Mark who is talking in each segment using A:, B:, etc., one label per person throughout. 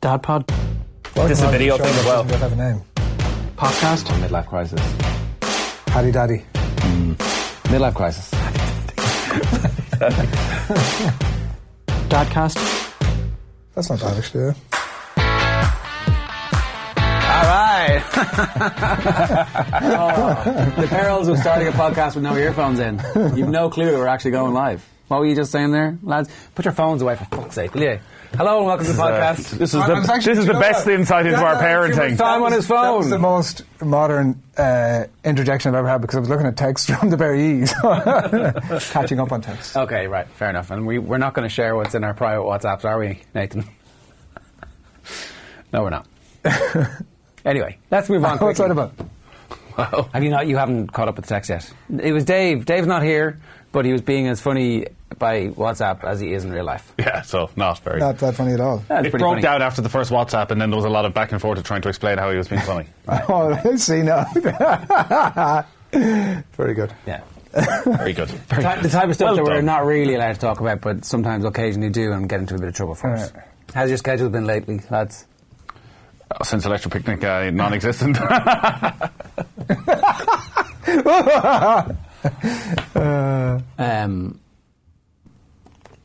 A: Dad Pod
B: This is a video thing as well.
C: Doesn't have a name.
A: podcast.
D: Midlife crisis.
C: Paddy Daddy.
D: Midlife crisis.
A: Dadcast.
C: That's not bad actually. Yeah.
D: All right. Oh, the perils of starting a podcast with no earphones in. You've no clue that we're actually going live. What were you just saying there, lads? Put your phones away for fuck's sake, will you? Hello and welcome to the podcast.
B: This is
C: I- I was
B: the,
C: actually-
B: this is
C: you
B: the
C: know
B: best
C: what?
B: insight into
C: That-
B: our
C: that- too much
B: parenting.
D: time on his
C: That was the
D: phone.
C: most modern uh, interjection I've ever had because I was looking at text from the very ease, catching up on text.
D: Okay, right, fair enough. And we, we're not going to share what's in our private WhatsApps, are we, Nathan? No, we're not. anyway, let's move on.
C: What's that
D: quickly.
C: about?
D: Have you not? You haven't caught up with text yet. It was Dave. Dave's not here, but he was being as funny by WhatsApp as he is in real life.
B: Yeah, so not very.
C: Not that funny at all.
D: That's
B: it
D: pretty
B: broke
D: funny.
B: down after the first WhatsApp, and then there was a lot of back and forth of trying to explain how he was being funny.
C: Oh, let's see now. very good.
D: Yeah.
B: Very good.
D: The
B: Very
D: type, the type of stuff
B: Well
D: that we're
B: done.
D: not really allowed to talk about, but sometimes occasionally do and get into a bit of trouble for us.
C: Alright.
D: How's your schedule been lately, lads?
B: good. Oh, Since Electro Picnic, uh, non-existent.
D: Um,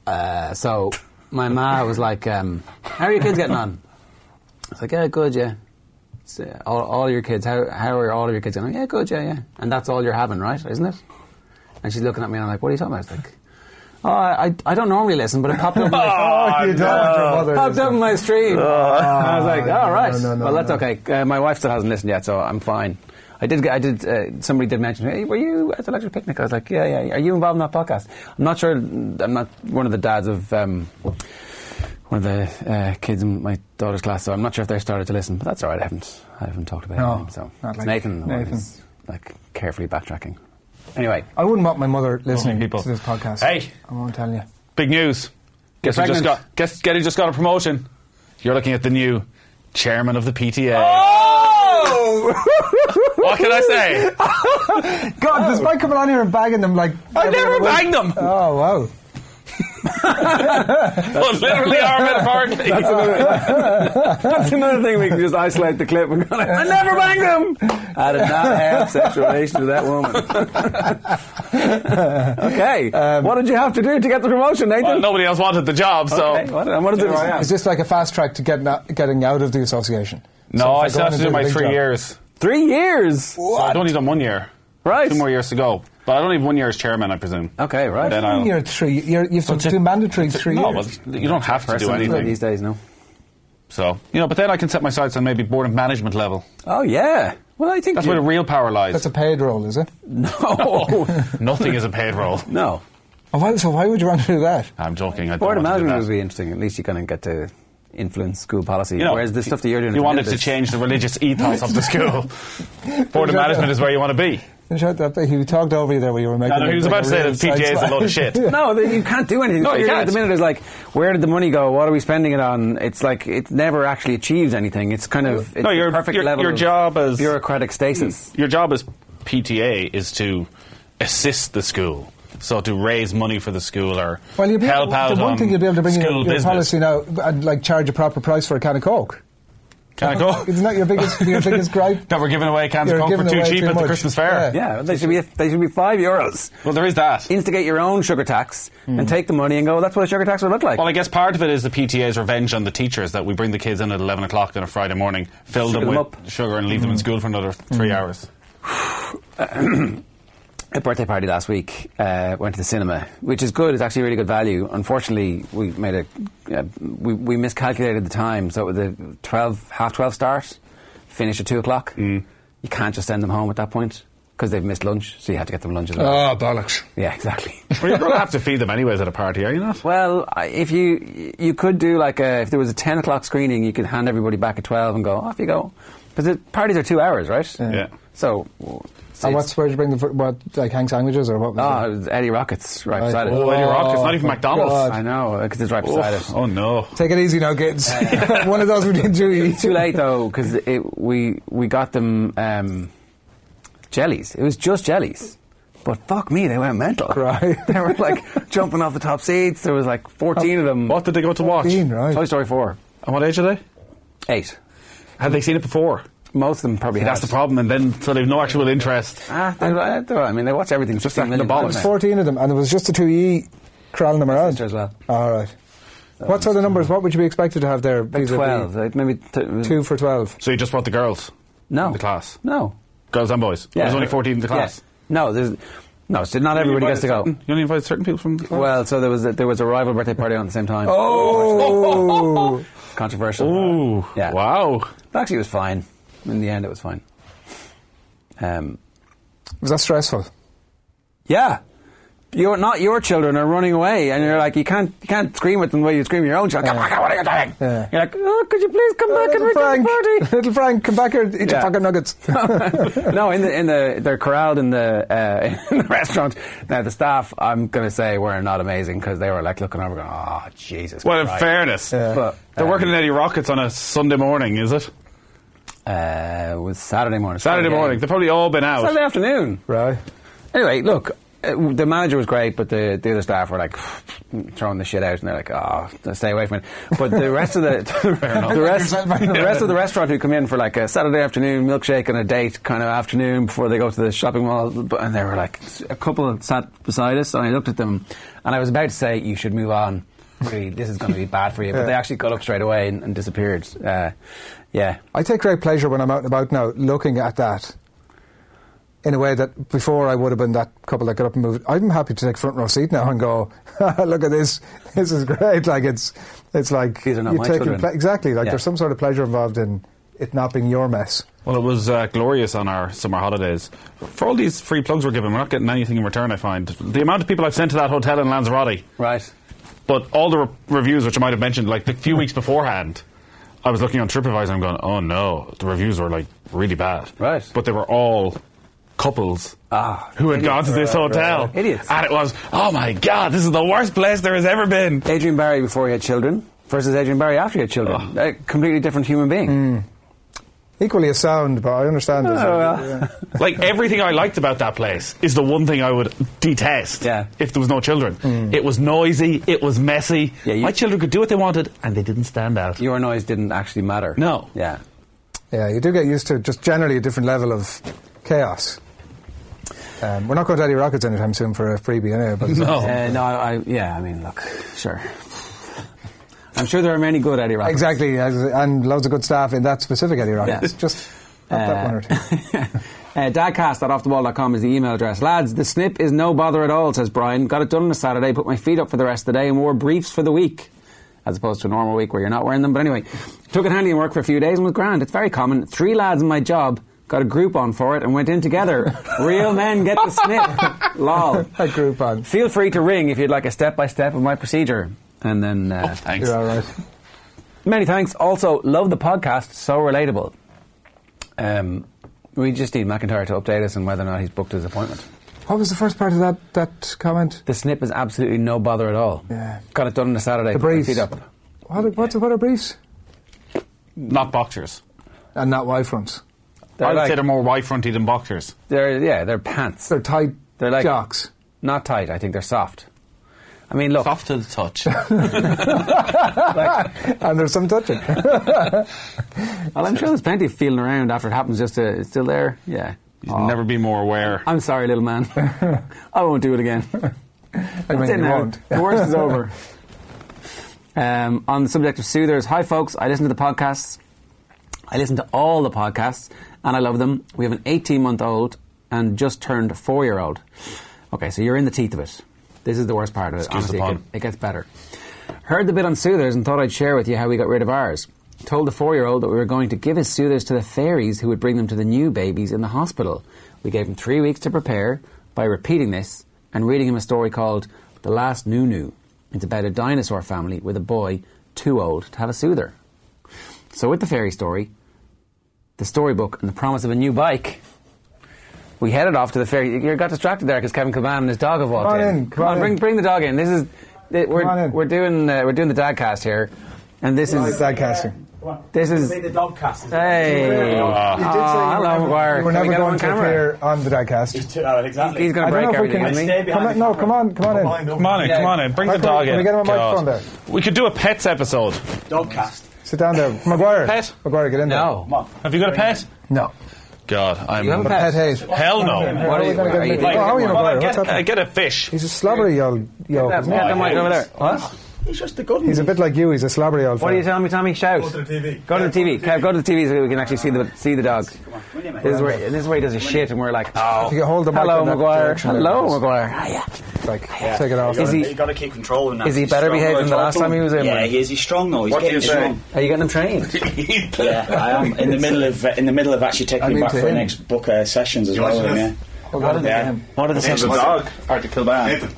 D: uh, so my ma was like, um, "How are your kids getting on?" I was like, "Yeah, good, yeah." It's, uh, all, all your kids, how, how are all of your kids going? Yeah, good, yeah, yeah. And that's all you're having, right? Isn't it? And she's looking at me, and I'm like, "What are you talking about?" I was like, "Oh, I, I- I don't normally listen, but it popped up." My,
C: Oh, you don't. Your mother Oh.
D: Popped up in my stream. and I was like,
C: no,
D: "All
C: no,
D: right,
C: no, no, no,
D: well, that's
C: no.
D: okay." Uh, my wife still hasn't listened yet, so I'm fine. I did. get- I did. Uh, somebody did mention, "Hey, were you at the Electric Picnic?" I was like, "Yeah, yeah." Are you involved in that podcast? I'm not sure. I'm not one of the dads of um, one of the uh, kids in my daughter's class, so I'm not sure if they started to listen. But that's all right. I haven't. I haven't talked about
C: No,
D: it. with them, So
C: not
D: it's
C: like
D: Nathan.
C: Nathan.
D: Nathan's, like carefully backtracking. Anyway,
C: I wouldn't want my mother listening
B: people.
C: to this podcast.
B: Hey.
C: I won't tell you.
B: Big news. Guess who just
D: pregnant.
B: got? Guess Getty just got a promotion. You're looking at the new chairman of the PTA. What can I say?
C: God, despite coming on here and bagging them like
B: I never banged them.
C: Oh wow!
B: Well, literally or metaphorically.
D: Oh, That's another thing we can just isolate the clip and go like, I never banged him! I did not have sexual relations with that woman. okay. what did you have to do to get the promotion,
B: Well,
D: Nathan?
B: nobody else wanted the job, so.
D: Okay, What, and what is it?
C: It's Is this like a fast track to getting out, getting out of the association?
B: No,
C: So if
B: I
C: go
B: still have
C: in and
B: to do
C: the
B: my
C: big
B: three
C: job-
B: years.
D: Three years!
B: So I've only done one year.
D: Right.
B: Two more years to go. But I don't have one year as chairman, I presume.
D: Okay, right.
B: Then I'll-
C: You're three. You're, you have to do mandatory three
B: no,
C: years.
B: but you don't have to do anything.
D: These days, no.
B: So you know, but then I can set my sights on maybe board and management level.
D: Oh, yeah. Well, I think
B: That's
D: you-
B: where the real power lies.
C: That's a paid role, is it?
D: No.
B: Nothing is a paid role.
D: no.
C: Oh, why, so why would you want to do that?
B: I'm joking. I don't
D: Board of
B: want to do
D: management
B: that.
D: would be interesting. At least you're going to get to influence school policy.
B: You know,
D: Whereas the stuff that you're doing...
B: you
D: at the
B: wanted
D: minute
B: to
D: is-
B: change the religious ethos of the school. Board of management is where you want to be.
C: In short, that he talked over you there when you were making.
B: I know, he
C: it
B: was
C: like
B: about to say
C: real
B: that PJ is a load of shit.
D: No, then you can't do anything.
B: No,
D: What
B: you
D: you're doing At
B: can't.
D: the minute is like, where did the money go? What are we spending it on? It's like it never actually achieves anything. It's kind of it's
B: No,
D: the
B: your-
D: perfect
B: your-
D: level.
B: your
D: of
B: job Hmm. as-
D: bureaucratic stasis.
B: Your job as PTA is to assist the school. So to raise money for the school or
C: Well, you'll be
B: help
C: able,
B: out
C: the one
B: on
C: thing you'll be able to bring
B: school
C: your, your
B: business.
C: policy now and like charge a proper price for a can of coke.
B: Can I go?
C: Isn't that your biggest your biggest gripe?
B: that we're giving away cans of
C: You're
B: coke for
C: giving
B: too
C: away
B: cheap
C: too
B: at the
C: much.
B: Christmas fair.
C: Yeah.
D: Yeah, they should be they should be five euros.
B: Well, there is that.
D: Instigate your own sugar tax and take the money and go. That's what a sugar tax would look like.
B: Hmm. Well, I guess part of it is the PTA's revenge on the teachers that we bring the kids in at 11 o'clock on a Friday morning, fill
D: Sugar
B: them with
D: them up.
B: sugar, and leave them in
C: Mm.
B: school for another three hours.
D: a birthday party last week. Uh, went to the cinema, which is good. It's actually really good value. Unfortunately, we made a uh, we, we miscalculated the time, so it was a twelve half twelve start, finish at two o'clock.
C: Mm.
D: You can't just send them home at that point because they've missed lunch, so you have to get them lunch as well.
C: Oh bollocks!
D: yeah, exactly.
B: Well, you're going to have to feed them anyways at a party, are you not?
D: Well, I- if you you could do like a, if there was a ten o'clock screening, you could hand everybody back at twelve and go off you go because the parties are two hours, right?
B: Yeah.
D: So,
C: And what's where did you bring the fr- what like hang sandwiches or what? Was
D: Ah,
C: it?
D: it was Eddie Rockets right,
C: Right.
D: beside it.
B: Oh, Eddie Rock, it's not even
C: my
B: McDonald's.
C: God.
D: I know because it's right beside
B: Oh,
D: it.
B: oh, no.
C: Take it easy now, kids. One of those we didn't do eat.
D: Too late though because we we got them um, jellies. It was just jellies. But fuck me, they went mental.
C: Right.
D: They were like jumping off the top seats. There was like 14 of them.
B: What did they go to watch?
C: Bean, right?
D: Toy Story 4.
B: And what age are they?
D: Eight.
B: Have they seen it before?
D: Most of them probably.
B: That's
D: have.
B: the problem, and then so they've no actual interest.
D: Ah, they, I don't know, I mean, they watch everything. Just like the
C: There was 14 of them, and it was just the two E crawling them around.
D: sister as well.
C: All right. What sort of numbers? What would you be expected to have there? vis-a-vis?
D: Twelve, like maybe t-
C: Two for 12.
B: So you just want the girls,
D: No,
B: in the class,
D: No,
B: girls and boys. There's only fourteen in the
D: Yeah.
B: class.
D: No, there's no. So not everybody gets to go.
B: You only invite certain people from the class.
D: Well, so there was a, there was a rival birthday party on at the same time.
C: Oh!
D: controversial.
B: Ooh,
D: yeah.
B: wow.
D: But actually, it was fine. In the end, it was fine. Um,
C: was that stressful?
D: yeah, you're not your children are running away, and you're like you can't you can't scream at them the way you scream at your own child. Come
C: Yeah.
D: back! What are you doing?
C: Yeah. Uh,
D: You're like, oh, could you please come back and
C: little, Frank,
D: return the party?
C: little Frank, come back here and eat your
D: Yeah.
C: fucking nuggets.
D: no, in the in the they're corralled in the uh, in the restaurant. Now the staff, I'm going to say, were not amazing because they were like looking over, going, "Oh Jesus!"
B: Well, in
D: Christ."
B: fairness,
C: Yeah.
D: But,
B: they're
D: um,
B: working at Eddie Rockets on a Sunday morning, is it?
D: Uh, it was Saturday morning.
B: Saturday
D: Saturday
B: morning. They've probably all been out.
D: Saturday afternoon.
C: right.
D: Anyway, look, uh, the manager was great, but the, the other staff were like throwing the shit out, and they're like, "Oh, stay away from it." But the rest of the
B: enough.
D: the rest
C: Yourself, I know.
D: the rest of the restaurant who come in for like a Saturday afternoon milkshake and a date kind of afternoon before they go to the shopping mall, b- and they were like a couple sat beside us, and I looked at them, and I was about to say, "You should move on." Really, this is going to be bad for you. But they actually got up straight away and, and disappeared. Uh, yeah,
C: I take great pleasure when I'm out and about now looking at that in a way that before I would have been that couple that got up and moved. I'm happy to take front row seat now and go, look at this, this is great. Like it's, it's like
D: These are not my
C: taking
D: children.
C: exactly like
D: Yeah.
C: there's some sort of pleasure involved in it not being your mess.
B: Well, it was uh, glorious on our summer holidays. For all these free plugs we're given, we're not getting anything in return, I find. The amount of people I've sent to that hotel in Lanzarote,
D: right.
B: but all the re- reviews which I might have mentioned, like the few weeks beforehand, I was looking on TripAdvisor and I'm going, oh no, the reviews were like really bad.
D: Right.
B: But they were all couples
D: Ah,
B: who had gone to this hotel.
D: right. Idiots.
B: And it was, oh my god, this is the worst place there has ever been.
D: Adrian Barry before he had children versus Adrian Barry after he had children. A completely different human being.
C: Equally as sound, but I understand. as
D: Oh,
C: a-
D: well.
C: yeah.
B: like everything I liked about that place is the one thing I would detest.
D: Yeah. Hmm.
B: If there was no children, it was noisy. It was messy.
D: Yeah, you-
B: My children could do what they wanted, and they didn't stand out.
D: Your noise didn't actually matter.
B: No.
D: Yeah.
C: Yeah, you do get used to just generally a different level of chaos. Um, we're not going to Eddie Rockets anytime soon for a freebie, anyway. But
B: No.
D: Uh, no, I, I- yeah, I mean, look, sure. I'm sure there are many good Eddie Rockets.
C: exactly, as- and loads of good staff in that specific Eddie Rockets.
D: Yeah.
C: Just not that one or two.
D: uh, dadcast.offthewall.com is the email address. Lads, the snip is no bother at all, says Brian. Got it done on a Saturday, put my feet up for the rest of the day, and wore briefs for the week. As opposed to a normal week where you're not wearing them. But anyway, took it handy and worked for a few days and was grand. It's very common. Three lads in my job got a group on for it and went in together. Real men get the snip. Lol.
C: A group on.
D: Feel free to ring if you'd like a step by step of my procedure. And then. Uh,
B: Thanks.
C: You're all right.
D: Many thanks. Also, love the podcast. So relatable. Um, we just need McIntyre to update us on whether or not he's booked his appointment.
C: What was the first part of that, that comment?
D: The snip is absolutely no bother at all.
C: Yeah.
D: Got it done on a Saturday.
C: The
D: put my
C: briefs.
D: feet up.
C: What are, what, what are briefs?
B: Not boxers.
C: And not Y fronts.
D: They're
B: I would
D: like-
B: say they're more Y-fronty than boxers.
D: they're- yeah, they're pants.
C: They're tight
D: They're like-
C: jocks.
D: not tight. I think they're soft. I mean, look.
B: Soft to the touch.
C: And there's some touching.
D: Well, I'm sure there's plenty of feeling around after it happens. Just to, it's still there. Yeah.
B: You'd
D: Aw.
B: never be more aware.
D: I'm sorry, little man. I won't do it again.
C: I mean,
D: That's it
C: you
D: now.
C: won't.
D: The worst is over. Um, on the subject of soothers, hi folks. I listen to the podcasts. I listen to all the podcasts, and I love them. We have an 18 month old and just turned four year old. Okay, so you're in the teeth of it. This is the worst part of it.
B: Excuse
D: Honestly,
B: the
D: it,
B: pun.
D: get- it gets better. Heard the bit on soothers and thought I'd share with you how we got rid of ours. Told the four year old that we were going to give his soothers to the fairies who would bring them to the new babies in the hospital. We gave him three weeks to prepare by repeating this and reading him a story called The Last New New. It's about a dinosaur family with a boy too old to have a soother. So, with the fairy story, the storybook, and the promise of a new bike, we headed off to the fairy. You got distracted there because Kevin Caban and his dog have walked
C: Come on in,
D: Come on, bring bring the dog in. This is th- we're
C: on in.
D: we're doing uh, we're doing the dad cast here, and this
C: It's
D: is
C: sad casting.
D: this is Uh,
A: Say the dog cast. is it?
D: hey.
C: You did say you
D: Ah,
C: were
D: hello,
C: never- You were
D: Maguire. Can we
C: never
D: get him
C: going
D: on
C: to
D: camera?
C: appear on the
A: He's
C: diecast.
A: too, oh, exactly.
D: He's going
C: I don't
D: to break
C: know if we
D: everything.
C: can-
D: isn't he?
A: Stay
C: Come
A: behind the
C: on, no,
A: camera.
C: come on, come on in.
A: Behind the
B: Come on in,
D: Yeah.
B: come on in. Bring
C: Why
B: the
C: can't we-
B: dog in.
C: can we get him a
B: God.
C: microphone
B: We could do a pets episode.
A: Dog cast.
C: Sit down there. Maguire.
B: Pet?
C: Maguire, get in
D: No.
B: Come on. Have you got a pet?
C: there. No.
B: God, I'm.
D: You have a pet?
C: Pet Hayes.
B: Hell no.
D: What
C: How
D: are
C: are we
D: you-
C: going to
D: are
C: get
D: you
C: him?
D: like-
C: Oh, how are you,
B: Well,
C: Maguire?
B: I
C: What's
B: get, I
C: happening?
B: get a fish.
C: He's a slobbery old yoke,
D: Get
C: isn't he?
D: the mic over there.
B: Hayes.
D: What?
A: He's just a good one.
C: He's a bit like you. He's a slobbery old
D: What are you
C: fella.
D: telling me, Tommy? Shout.
A: Go to the TV.
D: Go to the TV. Kev, Go to the TV so we can actually see the see the dog.
A: Come on, will you, mate?
D: This is where this is where he does his shit, and we're like, oh,
C: If you hold the mic
D: hello,
C: in that
D: Maguire.
C: direction,
D: Hello,
C: it's-
D: Maguire. Hiya.
C: Like,
A: Yeah.
C: take it off.
A: You gotta,
D: Is he-
A: you gotta keep controlling that.
D: is he
A: He's
D: better
A: strong.
D: behaved
A: Well,
D: than the
A: I
D: last
A: talked
D: time
A: to
D: he
A: him.
D: was in,
A: Yeah,
D: man.
A: he is. He's strong though. He's
B: What do
A: getting
B: you say?
A: strong.
D: Are you getting him trained?
A: Yeah, I am in the middle of in the middle of actually taking
C: I
A: him
C: mean,
A: back
C: to
A: for the
C: him.
A: next book uh, sessions as well.
E: watching
A: Yeah.
E: this?
C: Hold on.
A: yeah.
D: What are the
E: Name's a
D: sessions?
E: dog.
A: Hard to kill back.
E: Nathan.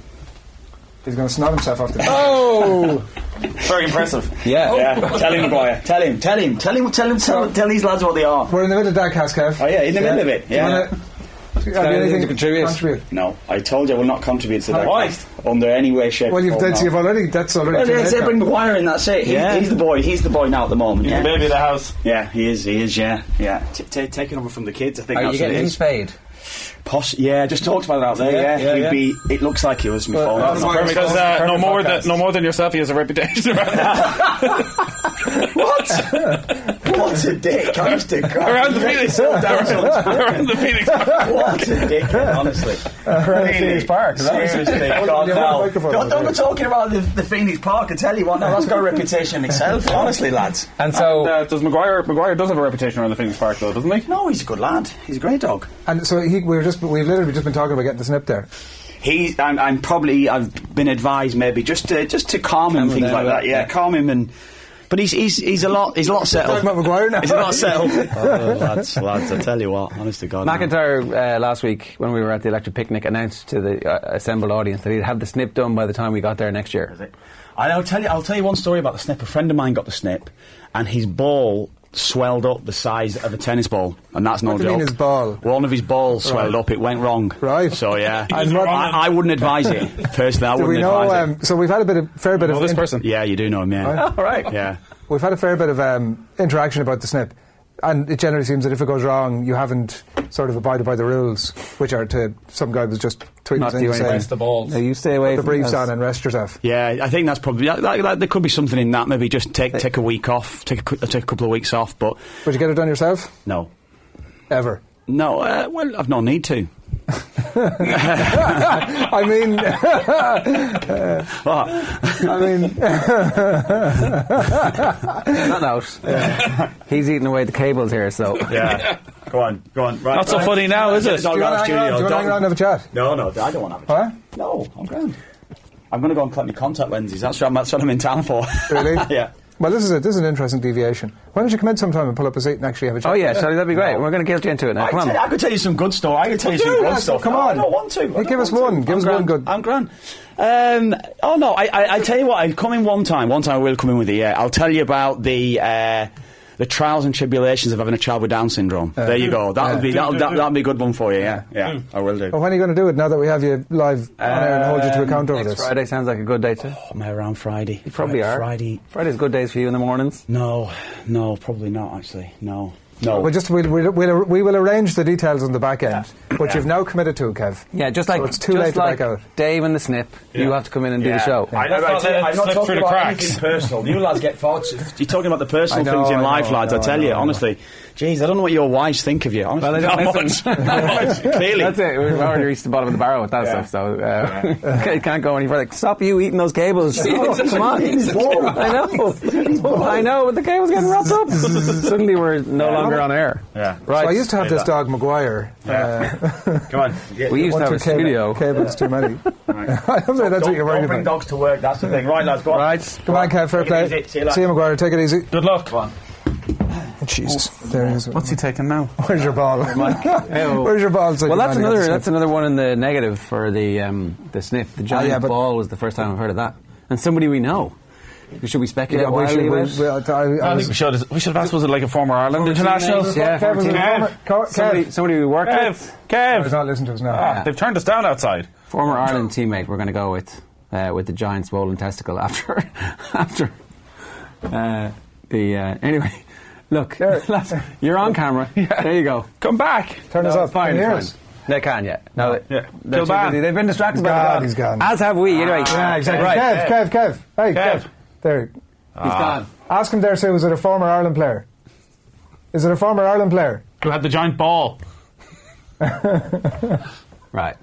C: He's going to snot himself off the.
D: Oh,
A: Very impressive.
D: yeah. Oh.
A: Yeah, tell him, Maguire. Tell him, tell him, tell him, tell him, tell, tell these lads what they are.
C: We're in the middle of Dagcast, Kev.
A: Oh, yeah, in the middle of it,
C: Do you
A: yeah.
C: wanna- Have you
D: anything
C: anything
D: to contribute?
A: No, I told you I will not contribute to that
B: Why?
A: cast under any way, shape,
C: Well, you've,
A: or
C: that's,
A: form.
C: you've already. That's already.
A: Oh, Well,
C: too
A: yeah,
C: late
A: say
C: now.
A: bring Maguire in. That's it. He's,
D: Yeah.
A: he's the boy. He's the boy now at the moment.
B: The
A: Yeah,
B: baby of the house.
A: yeah he is. He is. Yeah, yeah. T- t- taking over from the kids. I think.
D: Are
A: that's
D: you
A: what it
D: getting him
A: is.
D: spayed?
A: Poss- yeah, just talked about that out there.
D: Yeah,
A: Yeah,
D: yeah,
A: He'd
D: yeah.
A: Be, it looks like he was before.
C: that's
A: That's
C: my-
A: perfect.
B: Because uh, no more than no more than yourself, he has a reputation around,
A: what a dick! Honest to God.
B: around the Phoenix. around the Phoenix.
A: What a dick! Honestly, really.
C: Phoenix Park, is that what
A: Seriously,
C: Hold on,
A: God,
C: you have
A: no.
C: a microphone
A: Don't,
C: over
A: don't be
C: there.
A: talking about the, the Phoenix Park. I tell you what, now that's got a reputation itself. Honestly, lads.
D: And so,
B: Uh, does Maguire Maguire does have a reputation around the Phoenix Park though, doesn't he?
A: No, he's a good lad. He's a great dog.
C: And so he, we were just, we've literally just been talking about getting the snip there.
A: He's. I'm, I'm probably. I've been advised maybe just to just to calm him, and
D: him
A: things
D: down
A: like
D: a
A: that.
D: bit,
A: Yeah,
D: yeah.
A: calm him and. But he's he's he's a lot he's a lot settled.
C: Talking about Maguire now.
A: He's a lot settled. oh, lads, lads, I tell you what, honest to God. no.
D: McIntyre uh, last week when we were at the electric picnic announced to the uh, assembled audience that he'd have the snip done by the time we got there next year.
A: And I'll tell you, I'll tell you one story about the snip. A friend of mine got the snip, and his ball swelled up the size of a tennis ball, and that's no
C: What do
A: joke.
C: you mean his ball?
A: One of his balls swelled up. It went wrong.
C: Right.
A: So yeah, I,
C: And what-
A: I wouldn't advise it personally. I
C: Do
A: wouldn't
C: we know?
A: advise
C: Um, so we've had a bit of fair bit
B: Well,
C: of
B: this
C: in-
B: person.
A: it. Yeah, you do know him. Yeah.
D: All right.
A: Yeah.
C: we've had a fair bit of um, interaction about the snip, and it generally seems that if it goes wrong, you haven't sort of abided by the rules, which are to some guy was just tweeting
D: Not
C: things
D: do anything.
C: saying,
D: Rest the balls. No, you stay away
C: Put the
D: from
C: briefs
D: us.
C: on and rest yourself.
A: Yeah, I think that's probably that, that, that- there could be something in that. Maybe just take take a week off, take a, cou- take a couple of weeks off. But
C: Would you get it done yourself?
A: no,
C: Ever?
A: no. Uh, well, I've no need to.
C: I mean,
A: But
C: I mean,
D: On that note, he's eating away the cables here, so.
A: yeah, go on, go on. Right,
B: Not so
A: right.
B: funny now, is it?
A: Dog
C: do you
A: out
C: want
A: of
C: to hang around? Do
A: studio.
C: you want to hang
A: Dog-
C: around and have a chat?
A: No, no, I don't want to have a
C: Huh?
A: No, I'm grand. I'm going to go and collect my contact lenses. That's what I'm, that's what I'm in town for.
C: Really?
A: yeah.
C: Well, this is a, this is an interesting deviation. Why don't you come in sometime and pull up a seat and actually have a chat?
D: Oh, yeah, Charlie, that'd be great. We're going to guilt you into it now.
A: I,
D: Come
A: tell,
D: on.
A: you- I could tell you some good stuff. I could tell you some
C: Do
A: good
C: that,
A: stuff.
C: come
A: No,
C: on.
A: I don't want to. I
C: Hey,
A: don't
C: give us
A: want to.
C: one. Give
A: I'm
C: us one
A: grand.
C: good-
A: I'm grand. Um, oh no! I, I, I tell you what. I'll come in one time. One time I will come in with you. Yeah. I'll tell you about the. Uh, the trials and tribulations of having a child with Down syndrome.
C: Uh,
A: there you go. That'll be that'll, that, that'll be a good one for you. Yeah, yeah. I will do.
C: Well, when are you going to do it now that we have you live on air and hold you to account over
D: Uh, Next
C: this?
D: Friday sounds like a good day, too.
A: Am I around Friday? You
D: Probably are.
A: Oh, Friday.
D: Friday's good days for you in the mornings.
A: No, no, probably not actually. No, no.
C: We'll just we'll, we'll, we'll, we will arrange the details on the back end, but you've now committed to it, Kev.
D: Yeah, just like,
C: so it's too
D: just
C: late
D: like
C: to back out.
D: Dave and the Snip, you have to come in and do the show.
A: I know,
B: Let's not
A: I tell you,
B: let it
A: I'm not
B: slip
A: talking
B: through the
A: about
B: cracks.
A: anything personal. You lads get thoughts. You're talking about the personal
C: I know,
A: things in
C: I
A: life,
C: know,
A: lads. I,
C: I know,
A: tell
C: I
A: you,
C: know.
A: honestly. Jeez, I don't know what your wives think of you. Honestly,
D: Well, they don't
A: not
D: listen.
A: much. Not much, clearly.
D: That's it. We've already reached the bottom of the barrel with that
A: Yeah.
D: stuff, so uh, it can't go any further. Stop you eating those cables.
A: Oh,
D: Come on. I know. I know, but the cable's getting wrapped up. Suddenly we're no longer on air.
A: Yeah.
D: Right.
C: So I used to have
A: Say
C: this
A: that.
C: dog, Maguire.
A: Come on. Get-
D: we used
C: One
D: to have
C: too cable-
D: a studio.
C: Cables too many.
A: Right.
C: I don't think that's what
A: Don't-
C: you're
A: don't
C: worried
A: bring
C: about.
A: dogs to work. That's the thing. Right, lads, go on.
D: Right.
C: Come on, Kev. Fair
A: Take it
C: play.
A: easy. See you later.
C: Maguire. Take it easy.
B: Good luck.
A: Go on.
C: Jesus, there he is.
B: What's he taking now?
C: Where's your ball? Where's your ball? So
D: Well,
C: you
D: that's
C: managed to
D: another
C: get
D: that's
C: the
D: another one in the negative for the um, the snip. The
C: Oh,
D: giant
C: yeah, but-
D: ball was the first time I've heard of that, and somebody we know. Should we
C: snip.
D: speculate
C: Yeah, we
D: wildly
C: should.
D: about
C: We, we,
D: it?
C: I, I
B: I think
C: was,
B: we should. We should have asked. Was it like a former Ireland international?
D: teammates, yeah,
C: Kev, was
D: former
C: a
B: Kev.
C: former- Co-
D: Somebody,
C: Kev.
D: somebody we worked with,
B: Kev,
C: He's
B: Kev.
C: not listening to us now.
B: Ah, they've turned us down outside.
D: former Ireland teammate. We're going to go with uh, with the giant swollen testicle after after uh, the uh, anyway. Look,
C: There.
D: lads, you're on camera. There you go.
B: Come back.
C: Turn us
D: No,
C: up.
D: it's fine,
C: Can you
D: it's
C: hear
D: fine.
C: us?
D: They can, yeah. No, they-
B: Yeah.
D: they're too
B: Kilbane.
D: busy. They've been distracted
C: He's
D: by the
C: gone,
D: dog.
C: he's gone.
D: As have we, anyway.
C: Yeah, exactly.
D: Right.
C: Kev, Kev, Kev. Hey,
B: Kev.
C: Kev. There.
D: He's gone.
C: Ask him there, Sue, is it a former Ireland player? Is it a former Ireland player?
B: Who had the giant ball?
D: Right.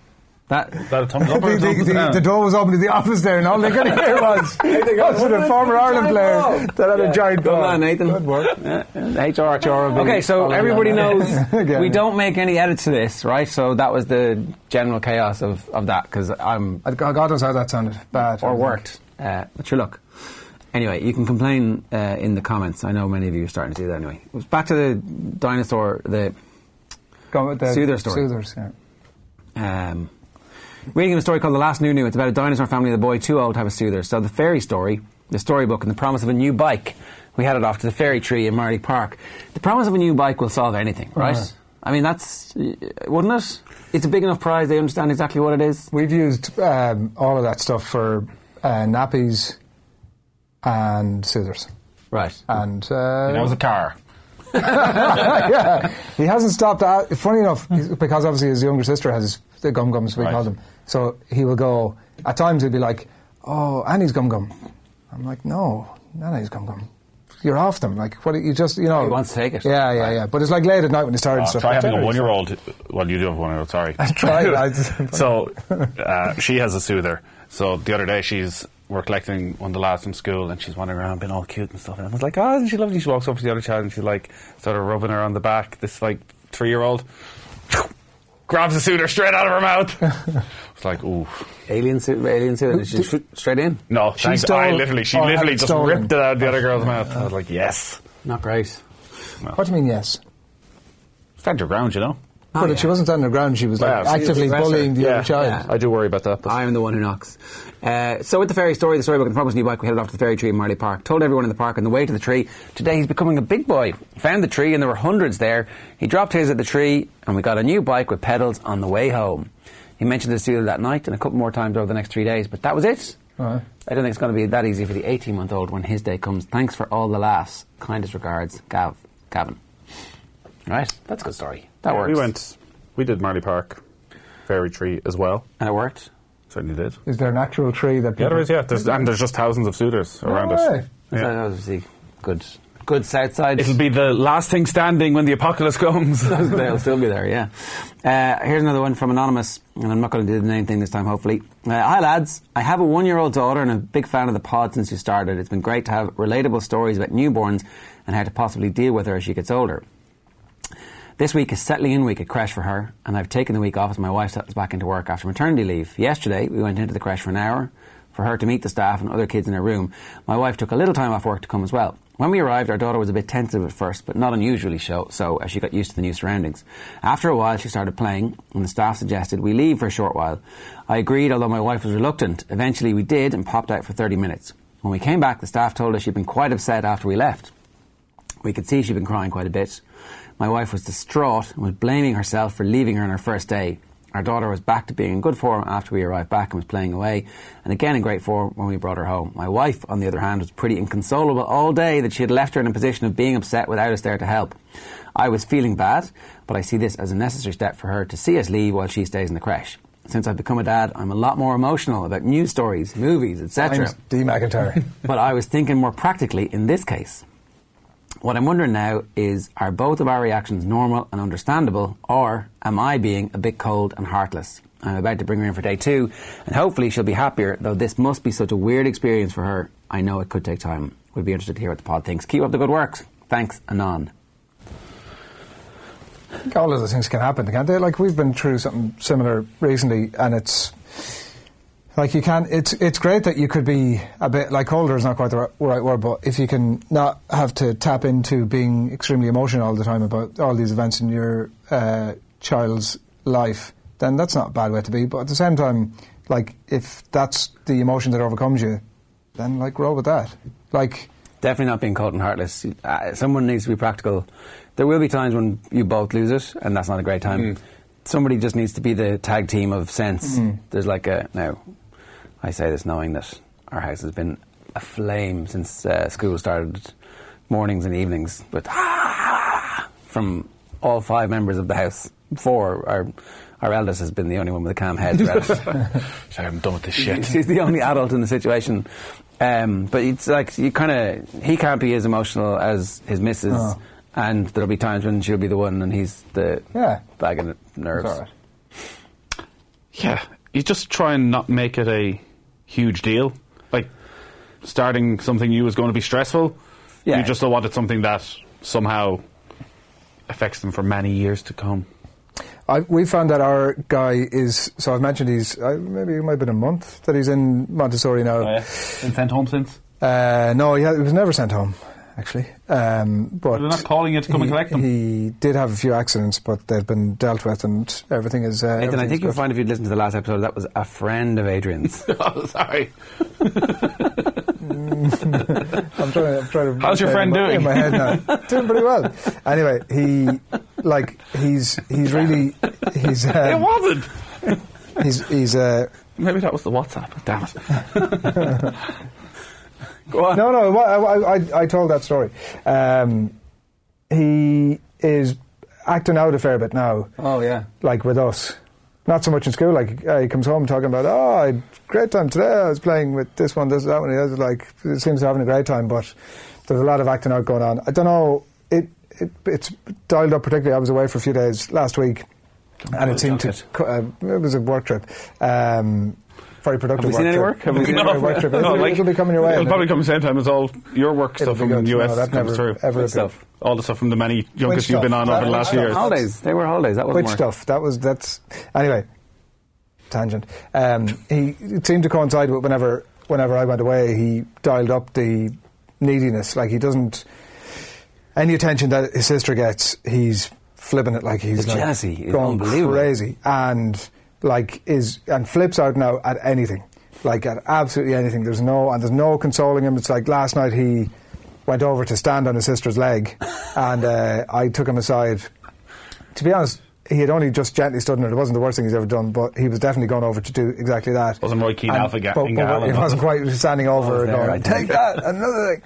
D: That
B: Is that a thumbs up or
C: The,
B: a
C: the,
B: thumbs
C: the,
B: down?
C: the door was open to the office there, and all they could hear was, was it a former Ireland player that had a giant
D: Good
C: ball?
D: man, Nathan.
C: Good work.
D: Yeah, HR, HR. Okay, so
C: following
D: everybody
C: on that.
D: knows
C: Again.
D: we don't make any edits to this, right? So that was the general chaos of, of that because I'm
C: I- God knows how that sounded. Bad. I
D: or
C: think.
D: worked. Uh, but your luck. Anyway, you can complain uh, in the comments. I know many of you are starting to do that anyway. It was back to the dinosaur. The
C: Go with the
D: Soother story.
C: Soothers, yeah.
D: um, reading a story called The Last New New. It's about a dinosaur family, the boy too old to have a soother. So the fairy story, the storybook, and the promise of a new bike. We had it off to the fairy tree in Marley Park. The promise of a new bike will solve anything, right?
C: Right.
D: I mean, that's uh, wouldn't it? It's a big enough prize. They understand exactly what it is.
C: We've used um, all of that stuff for uh, nappies and soothers.
D: Right.
C: And
B: That
C: uh,
B: was a car.
C: yeah, he hasn't stopped. At, funny enough, he's- because obviously his younger sister has the gum gums, we
B: Right.
C: call them. So he will go, at times he'll be like, oh, Annie's gum gum. I'm like, no, not Annie's gum gum. You're off them. Like, what, you just, you know.
D: He wants to take it.
C: Yeah, yeah, yeah. But it's like late at night when he's tired and
B: Uh,
C: stuff.
B: try having a
C: Generally,
B: one-year-old. Well, you do have a one-year-old. Sorry. I
C: tried, I-
B: so uh, she has a soother. So the other day, she's we're collecting one of the lads from school, and she's wandering around, being all cute and stuff. And I was like, "Oh, isn't she lovely?" She walks up to the other child, and she's like, sort of rubbing her on the back. This like three-year-old grabs the soother straight out of her mouth. It's like, ooh,
D: Alien suit. Alien suit. and it's just straight in.
B: no,
C: She
B: thanks.
C: stole-
B: I literally, she
C: Oh, had
B: literally
C: it
B: just
C: stolen.
B: ripped it out of the other girl's mouth. I was like, yes,
D: Not great.
C: What do you mean, yes?
B: stand your ground, you know.
C: but if she wasn't on the ground, she was like
B: Yeah, she was
C: actively
D: aggressive.
C: bullying the
B: Yeah,
C: other child.
D: Yeah.
B: I do worry about that. but-
D: I'm the one who knocks. Uh, so with the fairy story, the storybook, and the promise of new bike, we headed off to the fairy tree in Marley Park. Told everyone in the park on the way to the tree. Today he's becoming a big boy. Found the tree and there were hundreds there. He dropped his at the tree and we got a new bike with pedals on the way home. He mentioned this either that night and a couple more times over the next three days, but that was it.
C: Alright.
D: I don't think it's going to be that easy for the 18 month old when his day comes. Thanks for all the laughs. Kindest regards, Gav, Gavin. All right, that's a good story. That works.
B: We went, we did Marley Park, Fairy Tree as well.
D: and it worked.
B: Certainly did.
C: Is there an actual tree that
B: Yeah,
C: people-
B: there is, yeah. There's, and there's just thousands of suitors around
C: way.
B: us.
D: So that was the good, good south side.
B: It'll be the last thing standing when the apocalypse comes.
D: They'll still be there, yeah. Uh, here's another one from Anonymous, and I'm not going to do the name thing this time, hopefully. Uh, Hi, lads. I have a one year old daughter and a big fan of the pod since you started. It's been great to have relatable stories about newborns and how to possibly deal with her as she gets older. This week is settling in week at creche for her, and I've taken the week off as my wife settles back into work after maternity leave. Yesterday, we went into the creche for an hour for her to meet the staff and other kids in her room. My wife took a little time off work to come as well. When we arrived, our daughter was a bit tentative at first, but not unusually so, so as she got used to the new surroundings. After a while, she started playing, and the staff suggested we leave for a short while. I agreed, although my wife was reluctant. Eventually, we did and popped out for 30 minutes. When we came back, the staff told us she'd been quite upset after we left. We could see she'd been crying quite a bit. My wife was distraught and was blaming herself for leaving her on her first day. Our daughter was back to being in good form after we arrived back and was playing away, and again in great form when we brought her home. My wife, on the other hand, was pretty inconsolable all day that she had left her in a position of being upset without us there to help. I was feeling bad, but I see this as a necessary step for her to see us leave while she stays in the creche. Since I've become a dad, I'm a lot more emotional about news stories, movies, etc
C: James D. McIntyre.
D: but I was thinking more practically in this case. What I'm wondering now is are both of our reactions normal and understandable, or am I being a bit cold and heartless? I'm about to bring her in for day two, and hopefully she'll be happier, though this must be such a weird experience for her. I know it could take time. We'd be interested to hear what the pod thinks. Keep up the good work. Thanks, Anon.
C: all of those things can happen, can't they? Like we've been through something similar recently, and it's like you can. It's it's great that you could be a bit like colder is not quite the ri- right word, but if you can not have to tap into being extremely emotional all the time about all these events in your uh, child's life, then that's not a bad way to be. But at the same time, like if that's the emotion that overcomes you, then like roll with that. Like.
D: Definitely not being cold and heartless. Uh, someone needs to be practical. There will be times when you both lose it, and that's not a great time. Somebody just needs to be the tag team of sense. There's like a now. I say this knowing that our house has been aflame since uh, school started, mornings and evenings, but from all five members of the house. Four, our, our eldest has been the only one with a calm head. throughout it.
B: Sorry, I'm done with this shit.
D: She's the only adult in the situation. Um, but it's like you kind of he can't be as emotional as his missus,
C: No.
D: and there'll be times when she'll be the one and he's the
C: Yeah.
D: bag of nerves.
C: It's all right.
B: Yeah, you just try and not make it a huge deal. Like starting something new is going to be stressful.
D: Yeah.
B: You just don't want it something that somehow affects them for many years to come.
C: I, we found that our guy is. So I've mentioned he's uh, maybe it might have been a month that he's in Montessori now.
B: Been sent home since.
C: Uh, no, he, had, he was never sent home, actually. Um, but
B: They're not calling you to
C: he,
B: come and collect them.
C: He did have a few accidents, but they've been dealt with, and everything is. Uh,
D: Nathan, I
C: everything's
D: think you'll
C: good.
D: find if you listen to the last episode, that was a friend of Adrian's.
B: oh, sorry.
C: I'm trying to. I'm trying to
B: How's your
C: I'm
B: friend
C: in my-
B: doing?
C: In my head now, doing pretty well. Anyway, he like he's he's really he's
B: It
C: um,
B: wasn't.
C: he's he's uh,
B: Maybe that was the WhatsApp. Damn it.
D: Go on.
C: no no. I, I, I, I told that story. Um, he is acting out a fair bit now.
D: Oh yeah.
C: like with us. Not so much in school. Like uh, he comes home talking about, oh, I had great time today. I was playing with this one, this, that one. He was like, it seems to having a great time, but there's a lot of acting out going on. I don't know. It, it it's dialed up particularly. I was away for a few days last week, and it seemed to. co- Uh, it was a work trip. Um, very productive.
D: Have we seen any
C: work
D: work?
C: trip.
D: Have we seen
C: Very
D: any
C: work trip. It'll,
B: like,
C: it'll be coming your way. I
B: It'll
C: think.
B: probably come the same time as all your work
C: It'll
B: stuff
C: be
B: from the
C: good.
B: US
C: No, that
B: comes
C: never-
B: through.
C: ever
D: Good
C: appeared.
D: stuff.
B: all the stuff from the many junkets you've been
C: stuff?
B: on over
C: That
B: the
C: was
B: last
C: stuff.
B: years.
D: Holidays. They were holidays. That wasn't
C: Which
D: work.
C: stuff? That was that's anyway. Tangent. Um, he it seemed to coincide with whenever whenever I went away, he dialed up the neediness. Like he doesn't any attention that his sister gets, he's flipping it like he's
D: The
C: like
D: jealousy is
C: gone
D: unbelievable.
C: crazy and like is and flips out now at anything, like at absolutely anything. There's no and there's no consoling him. It's like last night he went over to stand on his sister's leg, and uh, I took him aside to be honest, he had only just gently stood in it. It wasn't the worst thing he's ever done, but he was definitely going over to do exactly that.
B: Wasn't Roy Keane Alpha Ga-
C: but, but
B: Inga
C: He
B: Allen.
C: wasn't quite standing over
B: Oh,
D: was
C: and
D: there, I
C: going,
D: think.
C: take that, another thing.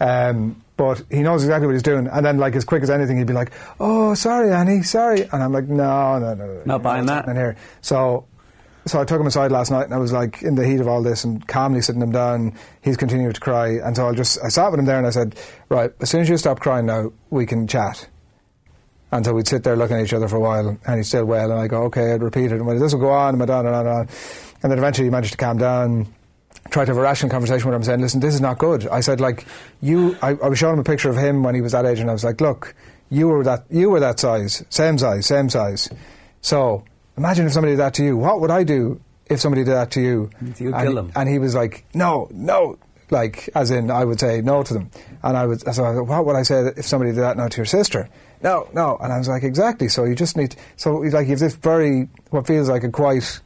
C: Um, but he knows exactly what he's doing. And then, like, as quick as anything, he'd be like, oh, sorry, Annie, sorry. And I'm like, no, no, no. no
D: Not buying
C: what's
D: that.
C: happening Here. So so I took him aside last night and I was like in the heat of all this and calmly sitting him down. He's continued to cry. And so I just, I sat with him there and I said, right, as soon as you stop crying now, we can chat. And so we'd sit there looking at each other for a while, and he'd still well. And I go, okay, I'd repeat it. And well, this will go on, and went on and on and on. And then eventually he managed to calm down, tried to have a rational conversation with him, saying, listen, this is not good. I said, like, you, I, I was showing him a picture of him when he was that age, and I was like, look, you were that, you were that size, same size, same size. So imagine if somebody did that to you. What would I do if somebody did that to you?
D: Do you
C: and,
D: kill them?
C: And he was like, no, no. Like, as in, I would say no to them. And I would, so I thought, what would I say if somebody did that now to your sister? No, no. And I was like, exactly. So you just need, so like, you have this very, what feels like a quite,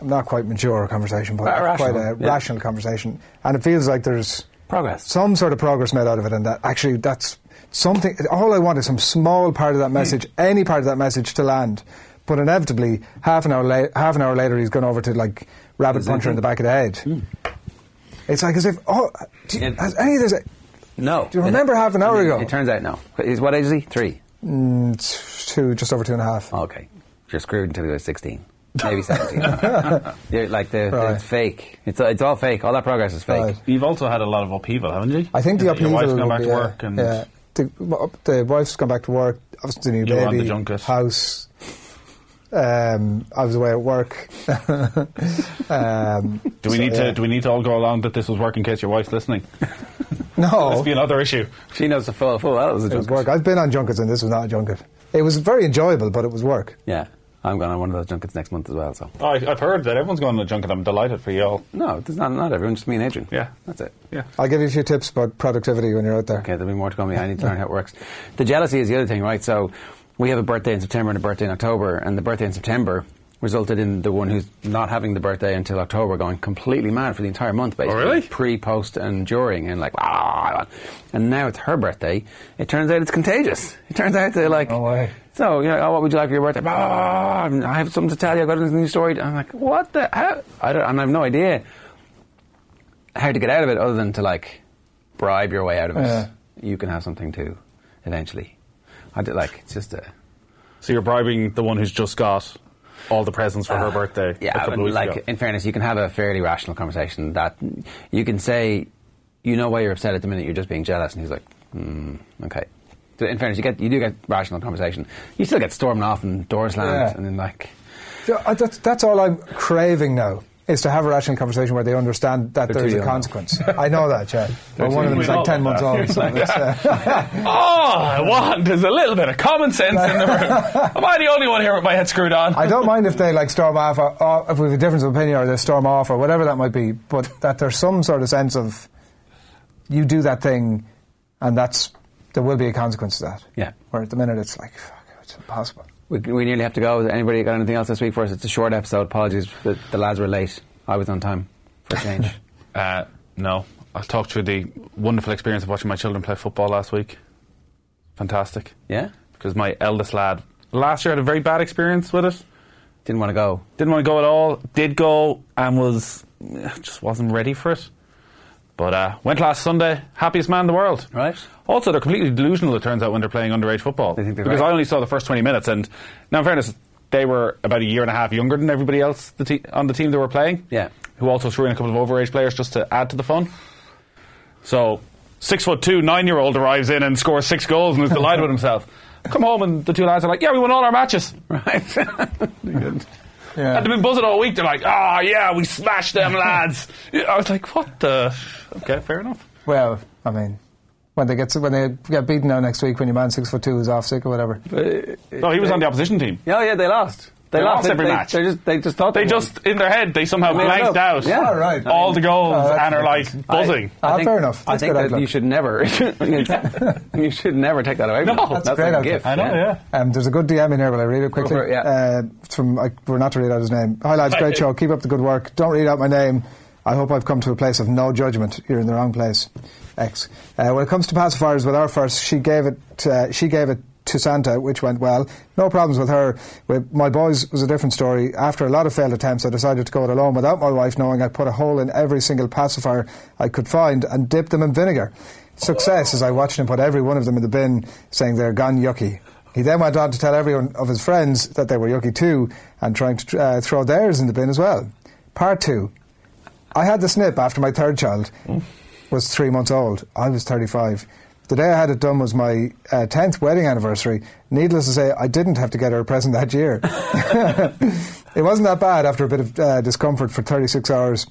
C: not quite mature conversation, but
D: Uh, rational,
C: quite a
D: yeah.
C: rational conversation. And it feels like there's
D: Progress.
C: some sort of progress made out of it. And that actually, that's something, all I want is some small part
D: Hmm.
C: of that message, any part of that message to land. But inevitably, half an hour, la- half an hour later, he's gone over to like rabbit puncher in the back of the head.
D: Hmm.
C: It's like as if, oh, do you,
D: It-
C: has any of this,
D: no.
C: Do you remember half an hour
D: it,
C: ago?
D: It turns out no. Is what age is he? Three.
C: mm, t- two, just over two and a half.
D: Okay. You're screwed until you're 16. Maybe 17. You're like the,
C: Right.
D: it's fake. It's, it's all fake. All that progress is fake.
C: Right.
B: You've also had a lot of upheaval, haven't you?
C: I think the
B: Your
C: upheaval.
B: wife's gone
C: will
B: back
C: be,
B: to
C: uh,
B: work, and
C: yeah, the, well, up- the wife's gone back to work. Obviously, the new
B: You're on the
C: baby,
B: junket.
C: house. Um, I was away at work. um,
B: do we
C: so,
B: need
C: yeah.
B: to do we need to all go along that this was work in case your wife's listening?
C: No,
B: Must
C: Oh.
B: be another issue.
D: She knows the full, full well it was a
C: it was
D: junket.
C: work. I've been on junkets, and this was not a junket. It was very enjoyable, but it was work.
D: Yeah. I'm going on one of those junkets next month as well, so.
B: Oh, I, I've heard that everyone's going on a junket. I'm delighted for you all.
D: No, there's not, not everyone, just me and Adrian.
B: Yeah.
D: That's it.
B: Yeah.
C: I'll give you a few tips about productivity when you're out there.
D: Okay, there'll be more to come. Yeah, I need to learn how it works. The jealousy is the other thing, right? So we have a birthday in September and a birthday in October, and the birthday in September resulted in the one who's not having the birthday until October going completely mad for the entire month, basically.
B: really?
D: Pre, post, and during, and like, ah, and now it's her birthday. It turns out it's contagious. It turns out they're like,
C: No way.
D: so you know, oh, what would you like for your birthday? Blah, blah, blah, blah, blah. I have something to tell you. I've got a new story. I'm like, what the? How? I don't. and I have no idea how to get out of it other than to like bribe your way out of it.
C: Yeah.
D: You can have something too, eventually. I did like it's just a
B: So you're bribing the one who's just got all the presents for her birthday. a
D: Uh, Yeah,
B: couple of
D: and
B: weeks
D: like
B: ago.
D: in fairness, you can have a fairly rational conversation that you can say, you know why you're upset at the minute. You're just being jealous, and he's like, hmm, okay. So in fairness, you get you do get rational conversation. You still get storming off and doors slammed,
C: Yeah.
D: and then like
C: Yeah, I- that's, that's all I'm craving now. Is to have a rational conversation where they understand that
D: They're
C: there's
D: too
C: a
D: young.
C: consequence. I know that, yeah. Well, one of
B: too
C: them's
B: young.
C: like ten months old. so it's, uh,
B: Oh, I want. There's a little bit of common sense in the room. Am I the only one here with my head screwed on?
C: I don't mind if they like storm off, or, or if we have a difference of opinion, or they storm off, or whatever that might be. But that there's some sort of sense of you do that thing, and that's there will be a consequence to that.
D: Yeah.
C: Where at the minute it's like, fuck, it's impossible.
D: we, we nearly have to go. Has Anybody got anything else this week for us? It's a short episode. Apologies, the, the lads were late. I was on time for a change.
B: Uh, no. I'll talk through the wonderful experience of watching my children play football last week. Fantastic.
D: yeah,
B: Because my eldest lad last year had a very bad experience with it.
D: didn't want to go.
B: Didn't want to go at all. Did go and was eh, just wasn't ready for it. But uh, went last Sunday. Happiest man in the world.
D: Right.
B: Also, they're completely delusional. It turns out when they're playing underage football.
D: They think they're
B: because
D: right.
B: I only saw the first twenty minutes, and now in fairness, they were about a year and a half younger than everybody else the te- on the team they were playing.
D: Yeah.
B: Who also threw in a couple of overage players just to add to the fun. So six foot two nine year old arrives in and scores six goals and is delighted with himself. Come home and the two lads are like, "Yeah, we won all our matches."
D: Right.
C: Yeah.
B: Had they been buzzing all week, they're like, "Ah, yeah, we smashed them lads." I was like, "What the?" Okay, fair enougs
C: Well, I mean, when they get when they get beaten now next week, when your man six foot two is off sick or whatever.
B: No, he was on the opposition team.
D: Yeah, yeah, they lost. They,
B: They
D: lost,
B: lost every
D: they,
B: match.
D: They just they just thought
B: They
D: won.
B: just in their head they somehow
D: made it
B: blanked
D: up.
B: out.
D: Yeah,
C: right.
B: All the goals
C: Oh, that's
B: and are
C: nice.
B: like buzzing.
C: Ah, fair enough.
D: I
C: That's
D: think
C: good
D: that
C: outlook.
D: you should never, you should never take that away. From
B: No,
D: them.
B: that's
D: that's
C: great
D: like a
C: outlook.
D: gift.
B: I know, yeah.
C: Um, there's a good DM in here, but I read it quickly.
D: Go for it,
C: uh,
D: yeah.
C: it's from I, we're not to read out his name. Hi lads, great show. Keep up the good work. Don't read out my name. I hope I've come to a place of no judgment. You're in the wrong place. X. Uh, when it comes to pacifiers, with our first, she gave it. Uh, she gave it to Santa, which went well. No problems with her. With my boys was a different story. After a lot of failed attempts, I decided to go it alone without my wife knowing I put a hole in every single pacifier I could find and dipped them in vinegar. Success as I watched him put every one of them in the bin, saying they're gone yucky. He then went on to tell everyone of his friends that they were yucky too and trying to uh, throw theirs in the bin as well. Part two. I had the snip after my third child was three months old. I was 35. The day I had it done was my uh, 10th wedding anniversary. Needless to say, I didn't have to get her a present that year. it wasn't that bad after a bit of uh, discomfort for 36 hours.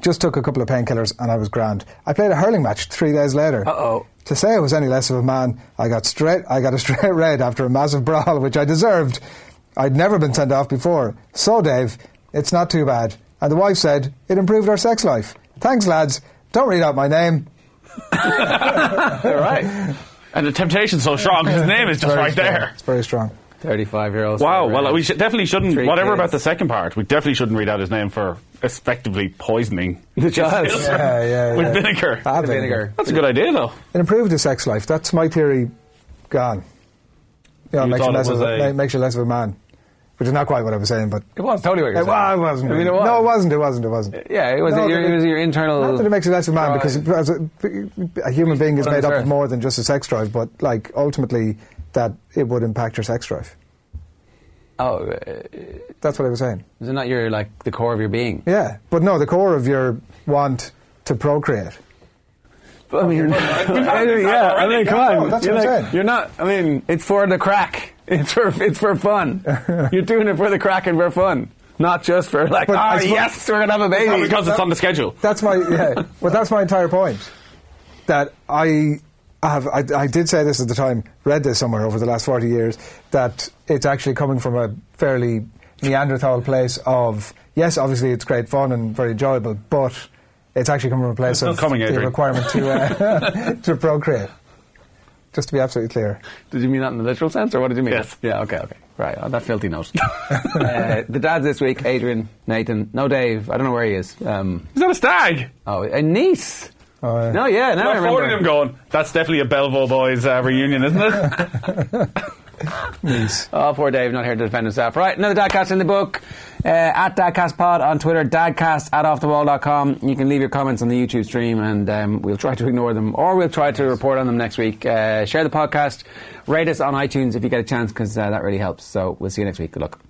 C: Just took a couple of painkillers and I was grand. I played a hurling match three days later.
D: Uh-oh.
C: To say I was any less of a man, I got straight. I got a straight red after a massive brawl, which I deserved. I'd never been sent off before. So, Dave, it's not too bad. And the wife said it improved our sex life. Thanks, lads. Don't read out my name.
D: All right.
B: And the temptation's so strong 'cause his name is just
C: Very
B: right
C: strong.
B: there.
C: It's very strong.
D: Thirty-five year olds.
B: Wow. Well, we should, definitely shouldn't.
D: Three
B: whatever
D: kids.
B: about the second part, we definitely shouldn't read out his name for effectively poisoning
D: the child.
C: Yeah, yeah,
B: with
C: yeah.
B: vinegar.
C: Ah,
D: The vinegar.
B: That's a good idea, though.
C: It improved the sex life. That's my theory. Gone. You know,
B: You
C: it makes you,
B: thought it
C: less of
B: was
C: a,
B: a-
C: ma- makes you less of a man, which is not quite what I was saying, but
D: It was totally what you
C: it,
D: were
C: wa- it
D: saying.
C: wasn't.
D: I mean, it was.
C: No, it wasn't. It wasn't. It wasn't.
D: Yeah, it was
C: No,
D: your,
C: but
D: it was your internal.
C: Not that it makes you less of a man,
D: Right.
C: because as a, a human being is
D: What on
C: made up
D: earth?
C: of more than just a sex drive, but like ultimately that it would impact your sex drive.
D: oh, uh,
C: That's what I was saying.
D: is it not your like the core of your being?
C: Yeah, but no, the core of your want to procreate.
D: I mean, yeah. I mean, come on.
C: No, that's
D: you're
C: what I'm
D: like-
C: saying.
D: You're not. I mean, it's for the crack. It's for it's for fun. you're doing it for the crack and for fun, not just for like.
C: But I
D: Ah,
C: suppose-
D: yes, we're gonna have a baby.
B: because it's on the schedule.
C: That's my yeah. Well, that's my entire point. That I have. I, I did say this at the time. Read this somewhere over the last forty years. That it's actually coming from a fairly Neanderthal place of yes, obviously it's great fun and very enjoyable, but it's actually coming from a place
B: still
C: of
B: coming,
C: the
B: Adrian.
C: requirement to uh, to procreate. Just to be absolutely clear.
D: Did you mean that in the literal sense, or what did you mean?
B: Yes.
D: Yeah, okay, okay. Right, oh, that filthy note. uh, the dads this week, Adrian, Nathan, no Dave, I don't know where he is. Um,
B: Is that a stag?
D: oh, a niece.
C: Oh, yeah.
D: No, yeah, now I
B: Not four of
D: remember.
B: them going. That's definitely a Belvo boys uh, reunion, isn't it?
D: Oh, poor Dave, not here to defend himself. Right, another Dadcast in the book. Uh, at DadcastPod on Twitter, dadcast at offthewall.com. You can leave your comments on the YouTube stream and um, we'll try to ignore them or we'll try to report on them next week. Uh, share the podcast, rate us on iTunes if you get a chance because uh, that really helps. So we'll see you next week. Good luck.